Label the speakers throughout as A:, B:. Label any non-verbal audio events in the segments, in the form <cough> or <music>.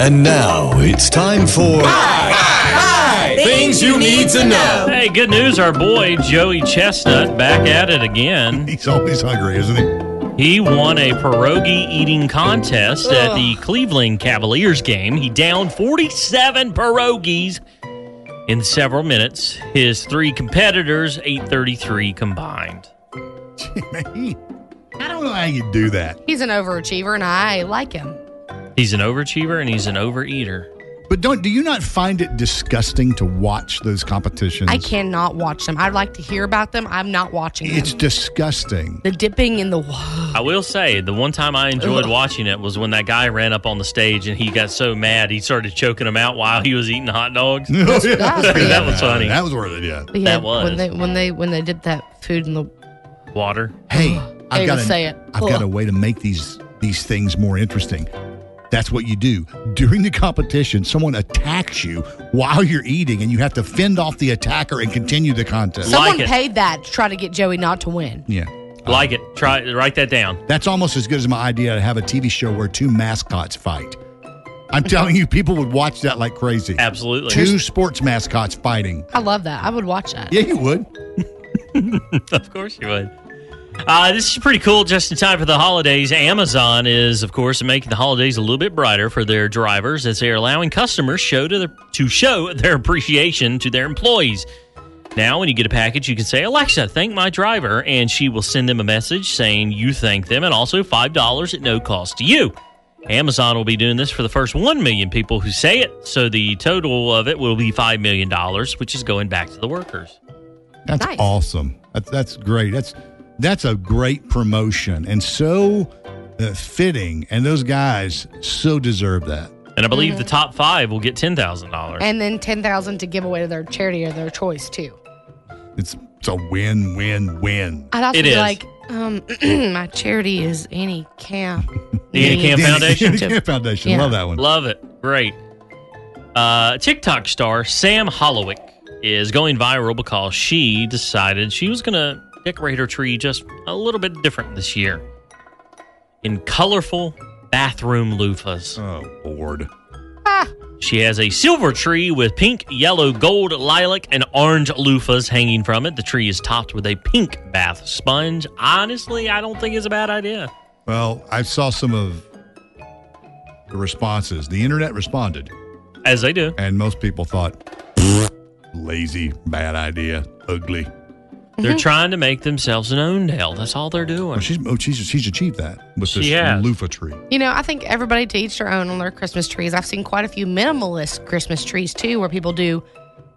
A: And now it's time for things you need to know.
B: Hey, good news. Our boy, Joey Chestnut, back at it again.
C: He's always hungry, isn't he? <laughs>
B: He won a pierogi eating contest at the Cleveland Cavaliers game. He downed 47 pierogies in several minutes. His three competitors ate 33 combined.
C: Gee, man, he- I don't know how you do that.
D: He's an overachiever, and I like him.
B: He's an overachiever and he's an overeater.
C: But don't do you not find it disgusting to watch those competitions?
D: I cannot watch them. I'd like to hear about them. I'm not watching them.
C: It's disgusting.
D: the dipping in the water.
B: I will say, the one time I enjoyed watching it was when that guy ran up on the stage and he got so mad he started choking him out while he was eating hot dogs.
C: Mm. <laughs>
D: disgusting.
B: That was funny.
C: That was worth it. Yeah.
D: But yeah,
B: That was.
D: when they when they when they did that food in the.
B: Water.
C: Hey, I've
D: even
C: got a,
D: say it.
C: I've got a way to make these these things more interesting. That's what you do during the competition. Someone attacks you while you're eating, and you have to fend off the attacker and continue the contest.
B: Like
D: Someone
B: it.
D: paid that to try to get Joey not to win.
C: Yeah.
B: Like it. Try write that down.
C: That's almost as good as my idea to have a TV show where two mascots fight. I'm telling you, people would watch that like crazy.
B: Absolutely.
C: Two sports mascots fighting.
D: I love that. I would watch that.
C: Yeah, you would.
B: <laughs> of course you would. Uh, this is pretty cool. Just in time for the holidays, Amazon is, of course, making the holidays a little bit brighter for their drivers as they are allowing customers show to, their, to show <laughs> their appreciation to their employees. Now, when you get a package, you can say, Alexa, thank my driver, and she will send them a message saying you thank them and also $5 at no cost to you. Amazon will be doing this for the first 1 million people who say it, so the total of it will be $5 million, which is going back to the workers.
C: That's
D: Nice.
C: awesome. That's that's great. That's that's a great promotion and so uh, fitting. And those guys so deserve that.
B: And I believe the top five will get ten thousand dollars.
D: And then ten thousand to give away to their charity or their choice too.
C: It's it's a win win win.
D: I'd also
B: It
D: be
B: is.
D: like, um, <clears throat> my charity is Annie Camp.
B: The Annie
C: <laughs>
B: Camp Foundation?
C: Yeah, Foundation.
D: Yeah.
C: Love that one.
B: Love it. Great. Uh, TikTok star Sam Hollowick is going viral because she decided she was going to decorate her tree just a little bit different this year in colorful bathroom loofahs.
C: Oh Lord.
B: She has a silver tree with pink, yellow, gold, lilac, and orange loofahs hanging from it. The tree is topped with a pink bath sponge. Honestly, I don't think it's a bad idea.
C: Well, I saw some of the responses. The internet responded,
B: As they do.
C: and most people thought lazy, bad idea, ugly.
B: They're
D: Mm-hmm.
B: trying to make themselves an Ondale. That's all they're doing.
C: Well, she's oh, she's she's achieved that with
B: She
C: this
B: has.
C: loofah tree.
D: You know, I think everybody to each their own on their Christmas trees. I've seen quite a few minimalist Christmas trees too, where people do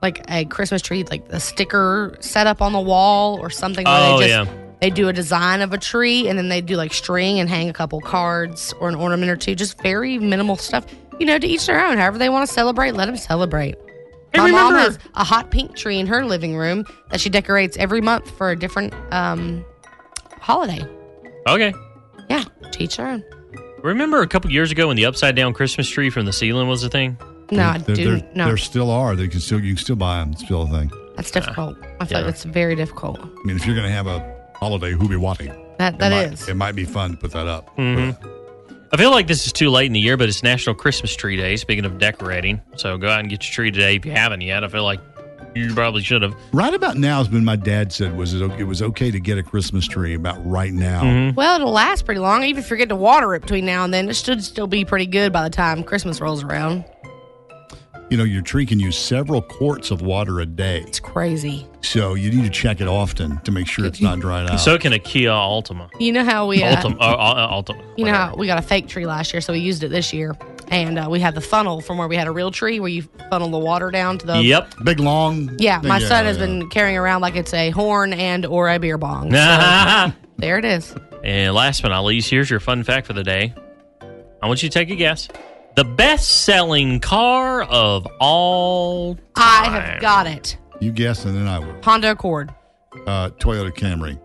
D: like a Christmas tree, like a sticker set up on the wall or something. Where
B: Oh,
D: they
B: yeah.
D: just, They do a design of a tree and then they do like string and hang a couple cards or an ornament or two. Just very minimal stuff. You know, to each their own. However they want to celebrate, let them celebrate.
B: Hey,
D: My
B: remember-
D: mom has a hot pink tree in her living room that she decorates every month for a different um, holiday.
B: okay.
D: Yeah, to each their own.
B: Remember a couple years ago when the upside down Christmas tree from the ceiling was a thing?
D: No, I
C: there,
D: do
C: there,
D: no.
C: there still are. They can still you can still buy them. It's still a thing.
D: That's difficult. I feel
B: yeah.
D: like that's very difficult.
C: I mean, if you're going to have a holiday hoobie watty,
D: That
C: it
D: that
C: might,
D: is.
C: It might be fun to put that up.
B: Mm-hmm. I feel like this is too late in the year, but it's National Christmas Tree Day. Speaking of decorating, so go out and get your tree today if you haven't yet. I feel like you probably should have.
C: Right about now is when my dad said was it, o- it was okay to get a Christmas tree. About right now,
B: Mm-hmm.
D: Well, it'll last pretty long. Even if you get to water it between now and then, it should still be pretty good by the time Christmas rolls around.
C: you know, your tree can use several quarts of water a day,
D: It's crazy.
C: so you need to check it often to make sure it's not dried out.
B: So can a Kia Altima.
D: You know how we, uh,
B: Altima. Uh, uh, Altima.
D: you know how
B: whatever.
D: we got a fake tree last year, so we used it this year, and uh, we had the funnel from where we had a real tree, where you funnel the water down to the.
B: Yep.
C: Big long.
D: Yeah, my son has
C: yeah.
D: been carrying around like it's a horn and or a beer bong.
B: <laughs>
D: So
B: and
D: there it is.
B: last but not least, here's your fun fact for the day. I want you to take a guess. The best selling car of all
D: I have got it.
C: You guessed and then I will.
D: Honda Accord.
C: Uh, Toyota Camry.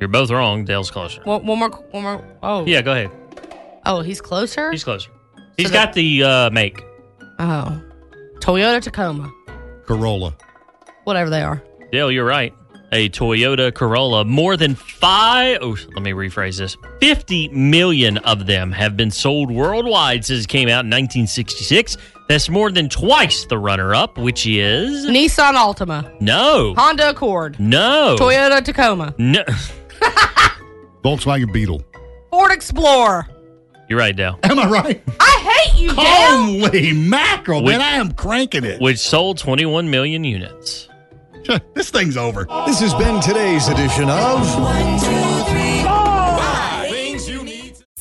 B: You're both wrong. Dale's closer.
D: One, one more. One more. Oh.
B: yeah, go ahead.
D: Oh, he's closer.
B: He's closer. He's
D: the-
B: got the uh, make.
D: oh. Toyota Tacoma.
C: Corolla.
D: Whatever they are.
B: Dale, you're right. A Toyota Corolla. More than five, oh, let me rephrase this 50 million of them have been sold worldwide since it came out in 1966. That's more than twice the runner up, which is.
D: Nissan Altima.
B: No.
D: Honda Accord.
B: No.
D: Toyota Tacoma.
B: No. <laughs>
C: Volkswagen Beetle. <laughs>
D: Ford Explorer.
B: You're right, Dale.
C: Am I right?
D: I hate you, Dale.
C: Holy mackerel,
B: We-
C: man. I am cranking it.
B: Which sold 21 million units.
C: <laughs> this thing's over.
A: This has been today's edition of